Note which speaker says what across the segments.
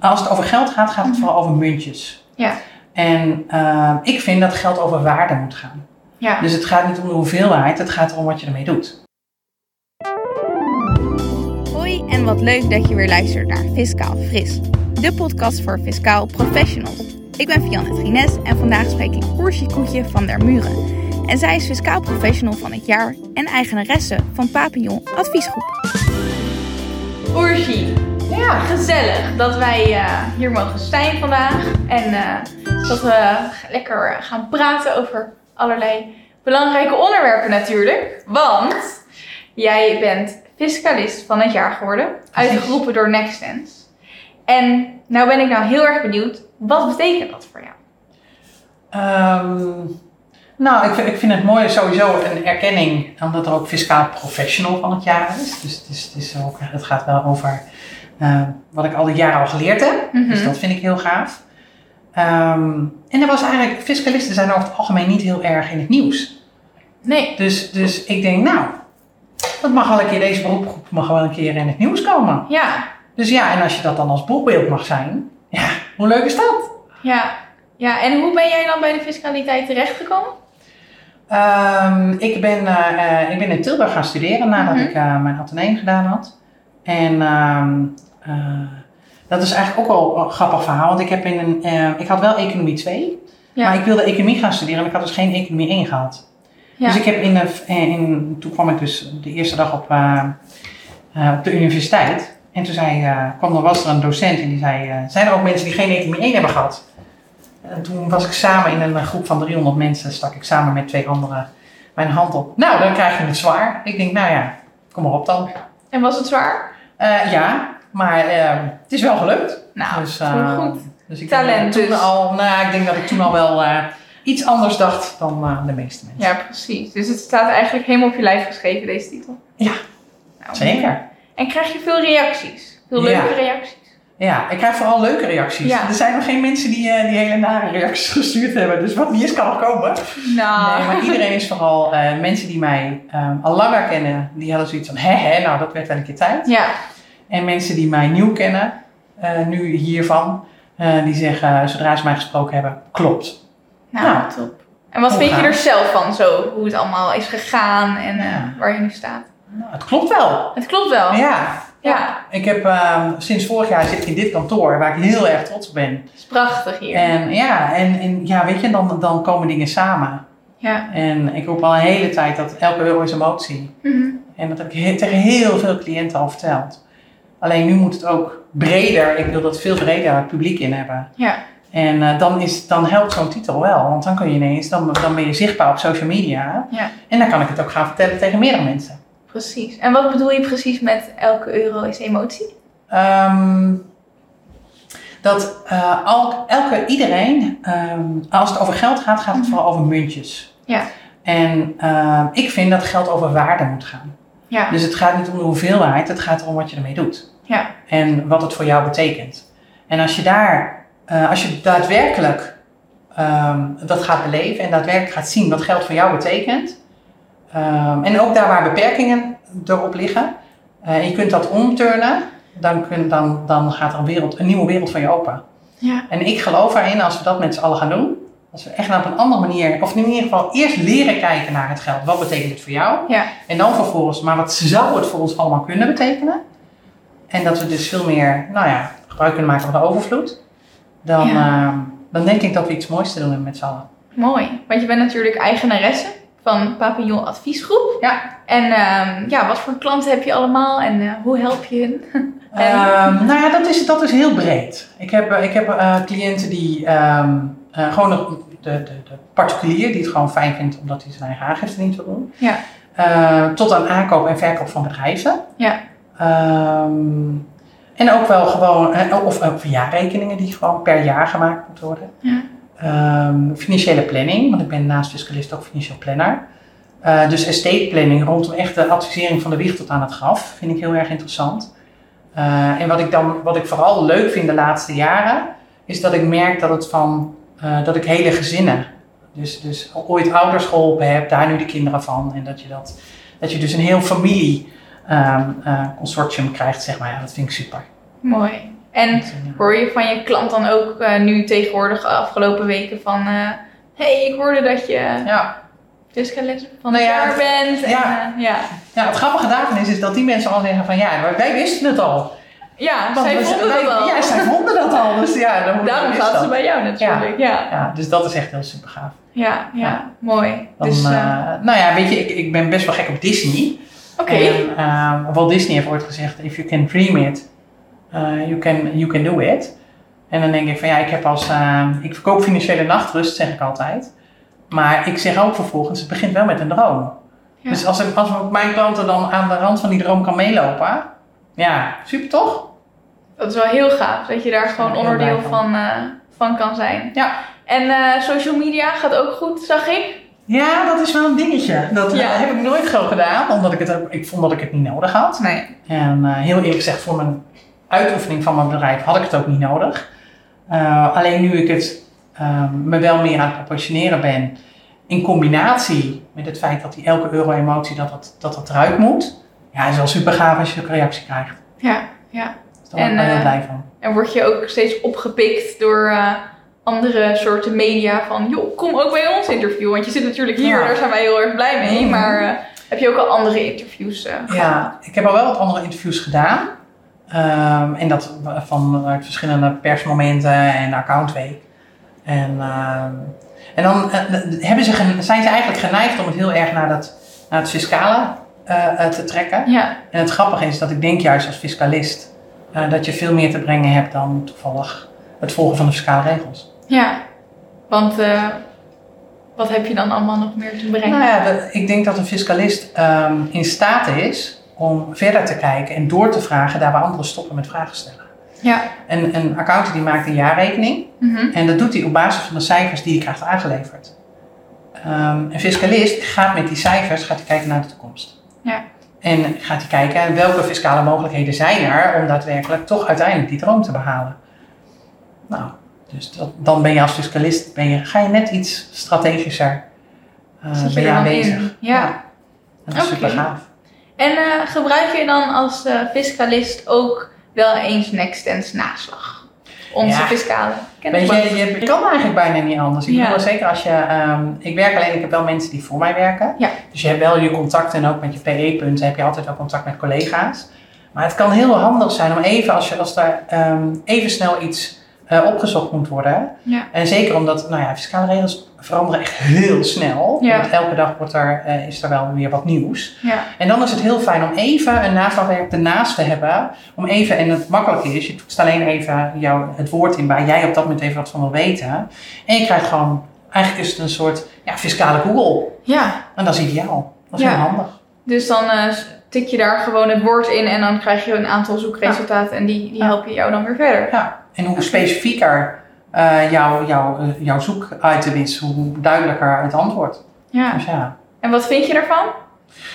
Speaker 1: Nou, als het over geld gaat, gaat het vooral over muntjes.
Speaker 2: Ja.
Speaker 1: En eh, ik vind dat geld over waarde moet gaan.
Speaker 2: Ja.
Speaker 1: Dus het gaat niet om de hoeveelheid, het gaat erom wat je ermee doet.
Speaker 3: Hoi en wat leuk dat je weer luistert naar Fiscaal Fris, de podcast voor fiscaal professionals. Ik ben Fianne Trines en vandaag spreek ik Oersje Koetje van der Muren. En zij is fiscaal professional van het jaar en eigenaresse van Papillon Adviesgroep. Oershi,
Speaker 2: Ja.
Speaker 3: gezellig dat wij eh, hier mogen zijn vandaag en eh, dat we lekker eh, gaan praten over allerlei belangrijke onderwerpen natuurlijk. Want jij bent fiscalist van het jaar geworden, uitgeroepen door NextSense. En nou ben ik nou heel erg benieuwd, wat betekent dat voor jou?
Speaker 1: Ehm, nou, ik, vind- ik vind het mooi sowieso een erkenning, omdat er ook fiscaal professional van het jaar is. Dus het, is, het, is ook, het gaat wel over eh, wat ik al die jaren al geleerd heb.
Speaker 3: Mhm.
Speaker 1: Dus dat vind ik heel gaaf. Ehm, en er was eigenlijk, fiscalisten zijn over het algemeen niet heel erg in het nieuws.
Speaker 3: Nee.
Speaker 1: Dus, dus ik denk, nou, dat mag wel een keer, deze beroepgroep mag wel een keer in het nieuws komen.
Speaker 3: Ja,
Speaker 1: Dus ja, en als je dat dan als boekbeeld mag zijn, ja, hoe leuk is dat?
Speaker 3: ja. Ja, en hoe ben jij dan bij de fiscaliteit terechtgekomen?
Speaker 1: Ehm, ik, ben, eh, eh, ik ben in Tilburg gaan studeren nadat
Speaker 3: Mhm.
Speaker 1: ik eh, mijn ateneum gedaan had. En ehm, eh, dat is eigenlijk ook wel een grappig verhaal. Want ik, heb in een, eh, ik had wel economie 2.
Speaker 3: Ja.
Speaker 1: Maar ik wilde economie gaan studeren en ik had dus geen economie 1 gehad.
Speaker 3: Ja.
Speaker 1: Dus ik heb in, de- in, toen kwam ik dus de eerste dag op, eh, eh, op de universiteit. En toen zei, eh, kwam er, was er een docent en die zei, eh, zijn er ook mensen die geen economie 1 hebben gehad? En toen was ik samen in een eh, groep van 300 mensen, stak ik samen met twee anderen mijn hand op. Nou, dan krijg je het zwaar. Ik denk, nou ja, kom maar op dan.
Speaker 3: En was het zwaar?
Speaker 1: Eh, ja, maar eh, het is wel gelukt.
Speaker 3: Nou,
Speaker 1: dus,
Speaker 3: voel
Speaker 1: eh,
Speaker 3: goed.
Speaker 1: Dus ik
Speaker 3: Talent
Speaker 1: denk,
Speaker 3: dus.
Speaker 1: toen al, nou, ik denk dat ik toen al wel eh, iets anders dacht dan eh, de meeste mensen.
Speaker 3: Ja, precies. Dus het staat eigenlijk helemaal op je lijf geschreven, deze titel.
Speaker 1: Ja.
Speaker 3: Nou,
Speaker 1: Zeker.
Speaker 3: En krijg je veel reacties? Veel
Speaker 1: Ja.
Speaker 3: leuke reacties?
Speaker 1: Ja, ik krijg vooral leuke reacties.
Speaker 3: Ja.
Speaker 1: Er zijn nog geen mensen die, eh, die hele nare reacties gestuurd hebben. Dus wat niet is, kan nog komen.
Speaker 3: Nou,
Speaker 1: Nee, maar iedereen is vooral eh, mensen die mij eh, al langer kennen, die hadden zoiets van: hè, hè, nou dat werd wel een keer tijd.
Speaker 3: ja.
Speaker 1: En mensen die mij nieuw kennen, eh, nu hiervan, eh, die zeggen eh, zodra ze mij gesproken hebben, klopt.
Speaker 3: Nou,
Speaker 1: Nou,
Speaker 3: top. En wat
Speaker 1: hoe
Speaker 3: vind je
Speaker 1: gaaf.
Speaker 3: er zelf van, zo? Hoe het allemaal is gegaan en eh,
Speaker 1: Ja.
Speaker 3: waar je nu staat?
Speaker 1: Nou, het klopt wel.
Speaker 3: Het klopt wel.
Speaker 1: Ja.
Speaker 3: Ja.
Speaker 1: Ik heb eh, sinds vorig jaar zit ik in dit kantoor waar ik heel erg trots op ben.
Speaker 3: Het is prachtig hier.
Speaker 1: En ja, en, en ja, weet je, dan, dan komen dingen samen.
Speaker 3: Ja.
Speaker 1: En ik roep al een hele tijd dat elke euro is emotie.
Speaker 3: Mhm.
Speaker 1: En dat heb ik he- tegen heel veel cliënten al verteld. Alleen nu moet het ook breder. Ik wil dat veel breder het publiek in hebben.
Speaker 3: Ja.
Speaker 1: En eh, dan, is, dan helpt zo'n titel wel. Want dan kun je ineens, dan, dan ben je zichtbaar op social media.
Speaker 3: Ja.
Speaker 1: En dan kan ik het ook gaan vertellen tegen meerdere mensen.
Speaker 3: Precies. En wat bedoel je precies met elke euro is emotie?
Speaker 1: Ehm, dat eh, al- elke, iedereen, ehm, als het over geld gaat, gaat het
Speaker 3: Mhm.
Speaker 1: vooral over muntjes.
Speaker 3: Ja.
Speaker 1: En ehm, ik vind dat geld over waarde moet gaan.
Speaker 3: Ja.
Speaker 1: Dus het gaat niet om de hoeveelheid, het gaat erom wat je ermee doet.
Speaker 3: Ja.
Speaker 1: En wat het voor jou betekent. En als je daar, eh, als je daadwerkelijk ehm, dat gaat beleven en daadwerkelijk gaat zien wat geld voor jou betekent. ehm, en ook daar waar beperkingen erop liggen. eh, en je kunt dat omturnen, dan, kun, dan, dan gaat er een, wereld, een nieuwe wereld voor je open.
Speaker 3: Ja.
Speaker 1: En ik geloof erin, als we dat met z'n allen gaan doen, als we echt op een andere manier, of in ieder geval eerst leren kijken naar het geld. Wat betekent het voor jou?
Speaker 3: Ja.
Speaker 1: En dan vervolgens, maar wat zou het voor ons allemaal kunnen betekenen? En dat we dus veel meer, nou ja, gebruik kunnen maken van de overvloed. Dan,
Speaker 3: Ja.
Speaker 1: ehm, dan denk ik dat we iets moois te doen hebben met z'n allen.
Speaker 3: Mooi. Want je bent natuurlijk eigenaresse van Papillon Adviesgroep.
Speaker 1: Ja.
Speaker 3: En ehm, ja, wat voor klanten heb je allemaal en eh, hoe help je hun? En-
Speaker 1: Ehm, nou ja, dat is, dat is heel breed. Ik heb, eh, ik heb eh, cliënten die ehm, eh, gewoon de, de, de, de particulier die het gewoon fijn vindt omdat hij zijn eigen aangifte niet wil doen.
Speaker 3: Ja.
Speaker 1: Eh, tot aan aankoop en verkoop van bedrijven.
Speaker 3: Ja.
Speaker 1: Ehm, en ook wel gewoon, eh, of ook jaarrekeningen die gewoon per jaar gemaakt moeten worden.
Speaker 3: Ja.
Speaker 1: Ehm, financiële planning, want ik ben naast fiscalist ook financieel planner. Eh, dus estate planning rondom echt de advisering van de wieg tot aan het graf vind ik heel erg interessant. Eh, en wat ik, dan, wat ik vooral leuk vind de laatste jaren, is dat ik merk dat, het van, eh, dat ik hele gezinnen, dus, dus ooit ouders geholpen heb, daar nu de kinderen van. En dat je, dat, dat je dus een heel familie ehm, eh, consortium krijgt, zeg maar. Ja, dat vind ik super.
Speaker 3: Mooi. En
Speaker 1: Dat, eh, ja.
Speaker 3: hoor je van je klant dan ook eh, nu tegenwoordig de afgelopen weken van... eh, hey, ik hoorde dat je
Speaker 1: Ja.
Speaker 3: Jessica les van
Speaker 1: Nou
Speaker 3: het
Speaker 1: ja,
Speaker 3: jaar bent. En,
Speaker 1: ja.
Speaker 3: eh, ja.
Speaker 1: ja, het grappige daarvan is, is dat die mensen al zeggen van ja, maar wij wisten het al.
Speaker 3: Ja,
Speaker 1: Want
Speaker 3: zij
Speaker 1: we-
Speaker 3: vonden
Speaker 1: wij-
Speaker 3: dat al.
Speaker 1: Ja, zij vonden dat al. Dus ja, dan
Speaker 3: Daarom
Speaker 1: is
Speaker 3: zaten
Speaker 1: dat.
Speaker 3: ze bij jou natuurlijk. Ja,
Speaker 1: Ja, dus dat is echt heel super gaaf.
Speaker 3: ja, ja,
Speaker 1: Ja.
Speaker 3: mooi.
Speaker 1: Dan,
Speaker 3: dus, eh,
Speaker 1: eh, nou ja, weet je, ik, ik ben best wel gek op Disney.
Speaker 3: oké.
Speaker 1: En eh, Walt Disney heeft ooit gezegd, if you can dream it, eh, you, can, you can do it. En dan denk ik van ja, ik heb als, eh, ik verkoop financiële nachtrust, zeg ik altijd. Maar ik zeg ook vervolgens, het begint wel met een droom.
Speaker 3: Ja.
Speaker 1: Dus als, ik- als mijn klanten dan aan de rand van die droom kan meelopen, ja, super toch?
Speaker 3: Dat is wel heel gaaf dat je daar gewoon
Speaker 1: ben heel
Speaker 3: onderdeel
Speaker 1: blij van.
Speaker 3: van, eh, van kan zijn.
Speaker 1: Ja.
Speaker 3: En eh, social media gaat ook goed, zag ik.
Speaker 1: Ja, dat is wel een dingetje. Dat eh,
Speaker 3: Ja.
Speaker 1: heb ik nooit zo gedaan, omdat ik het ook, ik vond dat ik het niet nodig had.
Speaker 3: Nee.
Speaker 1: En eh, heel eerlijk gezegd, voor mijn uitoefening van mijn bedrijf had ik het ook niet nodig. Eh, alleen nu ik het eh, me wel meer aan het proportioneren ben, in combinatie met het feit dat die elke euro emotie dat dat, dat dat eruit moet, ja, is wel super gaaf als je ook reactie krijgt.
Speaker 3: Ja, ja.
Speaker 1: Dus daar ben ik
Speaker 3: En,
Speaker 1: wel heel
Speaker 3: eh,
Speaker 1: blij van.
Speaker 3: En word je ook steeds opgepikt door eh, andere soorten media van... joh, kom ook bij ons interview. Want je zit natuurlijk hier,
Speaker 1: Ja.
Speaker 3: daar zijn wij heel erg blij mee.
Speaker 1: Mhm.
Speaker 3: Maar eh, heb je ook al andere interviews eh, gehad?
Speaker 1: Ja, ik heb al wel wat andere interviews gedaan. Ehm, en dat van eh, uit verschillende persmomenten en accountweek. En, ehm, en dan eh, hebben ze, gen- zijn ze eigenlijk geneigd om het heel erg naar, dat, naar het fiscale eh, eh, te trekken.
Speaker 3: Ja,
Speaker 1: En het grappige is dat ik denk juist als fiscalist eh, dat je veel meer te brengen hebt dan toevallig het volgen van de fiscale regels.
Speaker 3: ja. Want eh, wat heb je dan allemaal nog meer te brengen?
Speaker 1: Nou ja, dat- ik denk dat een fiscalist ehm, in staat is om verder te kijken en door te vragen daar waar anderen stoppen met vragen stellen.
Speaker 3: Ja.
Speaker 1: Een, een accountant die maakt een jaarrekening
Speaker 3: Mhm.
Speaker 1: en dat doet hij op basis van de cijfers die hij krijgt aangeleverd. Ehm, een fiscalist gaat met die cijfers gaat hij kijken naar de toekomst.
Speaker 3: Ja.
Speaker 1: En gaat hij kijken welke fiscale mogelijkheden zijn er om daadwerkelijk toch uiteindelijk die droom te behalen. Nou, dus dat, dan ben je als fiscalist ben je, ga je net iets strategischer eh,
Speaker 3: Zit je
Speaker 1: ben je
Speaker 3: er dan
Speaker 1: aanwezig.
Speaker 3: in? ja.
Speaker 1: En dat is
Speaker 3: Oké.
Speaker 1: super gaaf.
Speaker 3: En eh, gebruik je dan als eh, fiscalist ook wel eens Nextens naslag? Onze
Speaker 1: Ja.
Speaker 3: fiscale kennis.
Speaker 1: Weet je, je kan eigenlijk bijna niet anders. Ik
Speaker 3: Ja.
Speaker 1: bedoel, zeker als je... ehm, ik werk alleen, ik heb wel mensen die voor mij werken.
Speaker 3: Ja.
Speaker 1: Dus je hebt wel je contacten en ook met je PE-punten heb je altijd wel contact met collega's. Maar het kan heel handig zijn om even, als, je, als daar ehm, even snel iets eh, opgezocht moet worden.
Speaker 3: Ja.
Speaker 1: En zeker omdat, nou ja, fiscale regels veranderen echt heel snel.
Speaker 3: Ja.
Speaker 1: Want elke dag wordt er, eh, is er wel weer wat nieuws.
Speaker 3: Ja.
Speaker 1: En dan is het heel fijn om even een naslagwerk ernaast te hebben. Om even, en het makkelijke is, je toetst alleen even jouw, het woord in waar jij op dat moment even wat van wil weten. En je krijgt gewoon, eigenlijk is het een soort ja, fiscale Google.
Speaker 3: ja,
Speaker 1: En dat is ideaal. Dat is
Speaker 3: Ja.
Speaker 1: heel handig.
Speaker 3: dus dan eh, tik je daar gewoon het woord in en dan krijg je een aantal zoekresultaten en die, die
Speaker 1: Ja.
Speaker 3: helpen jou dan weer verder.
Speaker 1: Ja. En hoe specifieker eh, jouw, jouw, eh, jouw zoekitem is, hoe duidelijker het antwoord.
Speaker 3: Ja.
Speaker 1: Dus ja.
Speaker 3: En wat vind je daarvan?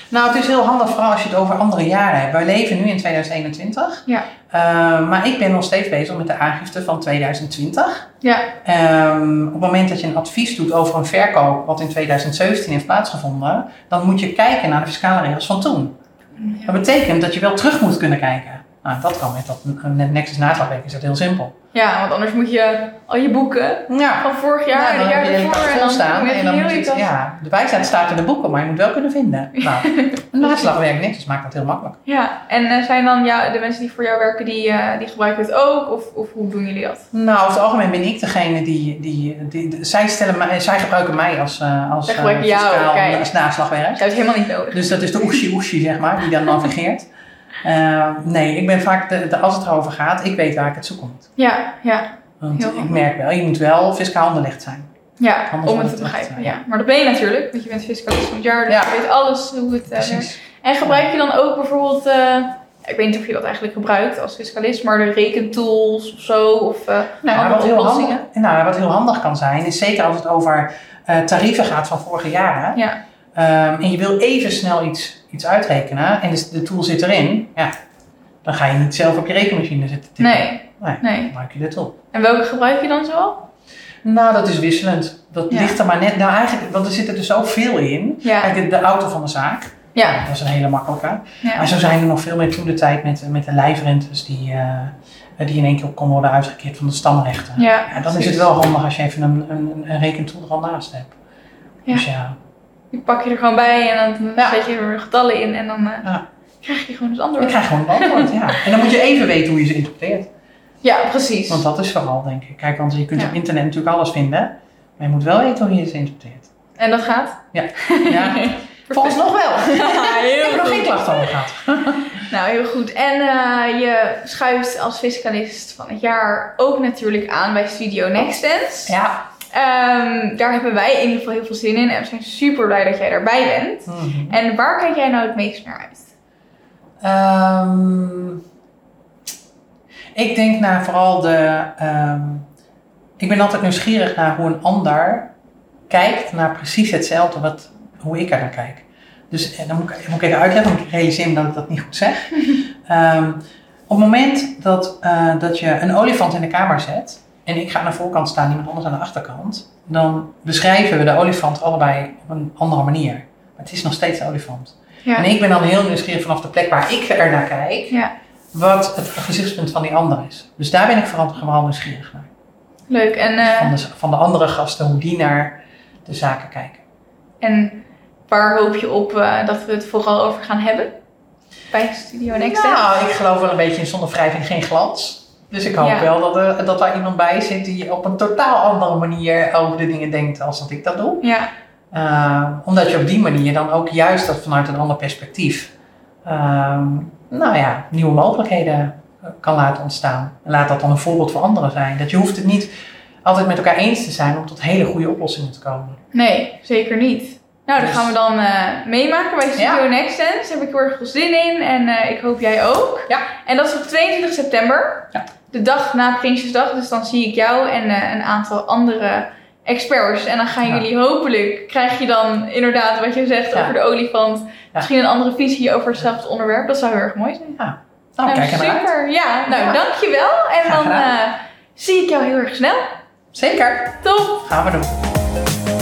Speaker 1: Nou, het is heel handig vooral als je het over andere jaren hebt. Wij leven nu in 2021.
Speaker 3: Ja.
Speaker 1: Eh, maar ik ben nog steeds bezig met de aangifte van 2020.
Speaker 3: Ja,
Speaker 1: Ehm, op het moment dat je een advies doet over een verkoop wat in 2017 heeft plaatsgevonden, dan moet je kijken naar de fiscale regels van toen.
Speaker 3: Ja.
Speaker 1: Dat betekent dat je wel terug moet kunnen kijken. Nou, dat kan met dat met Nexus naslagwerk, is dat heel simpel.
Speaker 3: ja want anders moet je al je boeken
Speaker 1: Ja,
Speaker 3: van vorig jaar
Speaker 1: nou,
Speaker 3: en
Speaker 1: dan
Speaker 3: het jaar
Speaker 1: heb je
Speaker 3: ervoor en
Speaker 1: kast
Speaker 3: dan
Speaker 1: staan
Speaker 3: met
Speaker 1: en dan
Speaker 3: heel
Speaker 1: moet
Speaker 3: je
Speaker 1: je,
Speaker 3: kast-
Speaker 1: het- ja, de bijstaat staat in de boeken, maar je moet wel kunnen vinden. Nou, een naslagwerk Nexus dus maakt dat heel makkelijk.
Speaker 3: Ja, en eh, zijn dan jou, de mensen die voor jou werken, die, eh, die gebruiken het ook? Of, of hoe doen jullie dat?
Speaker 1: Nou, over het algemeen ben ik degene die, die, die, die- zij, stellen mij, zij gebruiken mij als, eh, als
Speaker 3: Zij
Speaker 1: eh,
Speaker 3: gebruiken jou,
Speaker 1: fiscaal,
Speaker 3: kijk.
Speaker 1: als naslagwerk.
Speaker 3: Ik heb het helemaal niet nodig.
Speaker 1: Dus dat is de oeshi oeshi, zeg maar, die dan navigeert. Eh, nee, ik ben vaak, de, de, als het erover gaat, ik weet waar ik het zoeken moet.
Speaker 3: Ja, ja.
Speaker 1: Want
Speaker 3: Heel
Speaker 1: ik
Speaker 3: goed.
Speaker 1: merk wel, je moet wel fiscaal onderlegd zijn.
Speaker 3: Ja,
Speaker 1: Anders
Speaker 3: om
Speaker 1: had
Speaker 3: het
Speaker 1: het
Speaker 3: te
Speaker 1: echt,
Speaker 3: begrijpen.
Speaker 1: eh,
Speaker 3: Ja. Maar dat ben je natuurlijk, want je bent fiscalist van het jaar, dus
Speaker 1: Ja.
Speaker 3: je weet alles hoe het eh, werkt.
Speaker 1: Precies.
Speaker 3: En gebruik je dan ook bijvoorbeeld, eh, ik weet niet of je dat eigenlijk gebruikt als fiscalist, maar de rekentools of zo? Of, eh,
Speaker 1: Nou,
Speaker 3: andere
Speaker 1: wat heel, handig,
Speaker 3: oplossingen?
Speaker 1: nou, wat heel handig kan zijn, is zeker als het over eh, tarieven gaat van vorige jaren.
Speaker 3: Ja.
Speaker 1: Ehm, en je wil even snel iets, iets uitrekenen en de, de tool zit erin. Ja, dan ga je niet zelf op je rekenmachine zitten tikken.
Speaker 3: nee,
Speaker 1: Nee.
Speaker 3: nee.
Speaker 1: Dan gebruik je de tool.
Speaker 3: En welke gebruik je dan zoal?
Speaker 1: Nou, dat is wisselend. Dat
Speaker 3: Ja.
Speaker 1: ligt er maar net. Nou, eigenlijk, want er zit er dus zoveel in.
Speaker 3: Ja,
Speaker 1: Kijk, de, de auto van de zaak.
Speaker 3: ja,
Speaker 1: Dat is een hele makkelijke.
Speaker 3: ja.
Speaker 1: Maar zo zijn er nog veel meer toen de tijd met, met de lijfrentes die, eh, eh, die in één keer op kon worden uitgekeerd van de stamrechten.
Speaker 3: Ja.
Speaker 1: Ja, dan is het wel handig als je even een, een, een rekentool er al naast hebt.
Speaker 3: Ja.
Speaker 1: Dus ja,
Speaker 3: Die pak je er gewoon bij en dan
Speaker 1: Ja.
Speaker 3: zet je er getallen in en dan eh,
Speaker 1: Ja.
Speaker 3: krijg je gewoon het antwoord.
Speaker 1: ik krijg gewoon een antwoord. ja. En dan moet je even weten hoe je ze interpreteert.
Speaker 3: Ja, precies.
Speaker 1: Want dat is vooral, denk ik. Kijk, want je kunt
Speaker 3: Ja.
Speaker 1: op internet natuurlijk alles vinden. Maar je moet wel weten hoe je ze interpreteert.
Speaker 3: En dat gaat?
Speaker 1: Ja. Ja. Volgens nog wel. Ik
Speaker 3: Heel
Speaker 1: heb er nog geen
Speaker 3: goed.
Speaker 1: klacht over gehad.
Speaker 3: Nou, heel goed. En eh, je schuift als fiscalist van het jaar ook natuurlijk aan bij Studio Nextens.
Speaker 1: Ja.
Speaker 3: Ehm, daar hebben wij in ieder geval heel veel zin in en we zijn super blij dat jij daarbij bent.
Speaker 1: Mhm.
Speaker 3: En waar kijk jij nou het meest naar uit?
Speaker 1: Ehm, ik denk naar vooral de. ehm, ik ben altijd nieuwsgierig naar hoe een ander kijkt naar precies hetzelfde wat, hoe ik eraan kijk. Dus en dan moet ik, moet ik even uitleggen, want ik realiseer me dat ik dat niet goed zeg. Ehm, op het moment dat, eh, dat je een olifant in de kamer zet en ik ga aan de voorkant staan, iemand anders aan de achterkant, dan beschrijven we de olifant allebei op een andere manier. Maar het is nog steeds de olifant.
Speaker 3: Ja.
Speaker 1: En ik ben dan heel nieuwsgierig vanaf de plek waar ik er naar kijk,
Speaker 3: Ja.
Speaker 1: wat het gezichtspunt van die ander is. Dus daar ben ik vooral, vooral nieuwsgierig naar.
Speaker 3: Leuk. En,
Speaker 1: Dus
Speaker 3: eh,
Speaker 1: Van, de, van de andere gasten, hoe die naar de zaken kijken.
Speaker 3: en waar hoop je op eh, dat we het vooral over gaan hebben? Bij Studio Nextens?
Speaker 1: Nou, ik geloof wel een beetje in zonder wrijving geen glans. Dus ik hoop
Speaker 3: Ja.
Speaker 1: wel dat, er, dat daar iemand bij zit die op een totaal andere manier over de dingen denkt als dat ik dat doe.
Speaker 3: Ja.
Speaker 1: Eh, omdat je op die manier dan ook juist dat vanuit een ander perspectief, ehm, nou ja, nieuwe mogelijkheden eh, kan laten ontstaan. En laat dat dan een voorbeeld voor anderen zijn. Dat je hoeft het niet altijd met elkaar eens te zijn om tot hele goede oplossingen te komen.
Speaker 3: Nee, zeker niet. Nou, dat
Speaker 1: Dus-
Speaker 3: gaan we dan eh, meemaken bij Studio
Speaker 1: Ja.
Speaker 3: Next Sense. Daar heb ik heel erg veel zin in en eh, ik hoop jij ook.
Speaker 1: Ja.
Speaker 3: En dat is op 22 september,
Speaker 1: Ja.
Speaker 3: de dag na Prinsjesdag. Dus dan zie ik jou en eh, een aantal andere experts. En dan gaan
Speaker 1: Ja.
Speaker 3: jullie hopelijk, krijg je dan inderdaad wat je zegt
Speaker 1: Ja.
Speaker 3: over de olifant. Misschien een andere visie over hetzelfde onderwerp. Dat zou heel erg mooi zijn.
Speaker 1: Nou, kijk er naar uit.
Speaker 3: super. Ja, nou
Speaker 1: Ja.
Speaker 3: dankjewel. En
Speaker 1: Graag
Speaker 3: dan
Speaker 1: gedaan.
Speaker 3: eh, zie ik jou heel erg snel.
Speaker 1: Zeker.
Speaker 3: Top!
Speaker 1: Gaan we doen.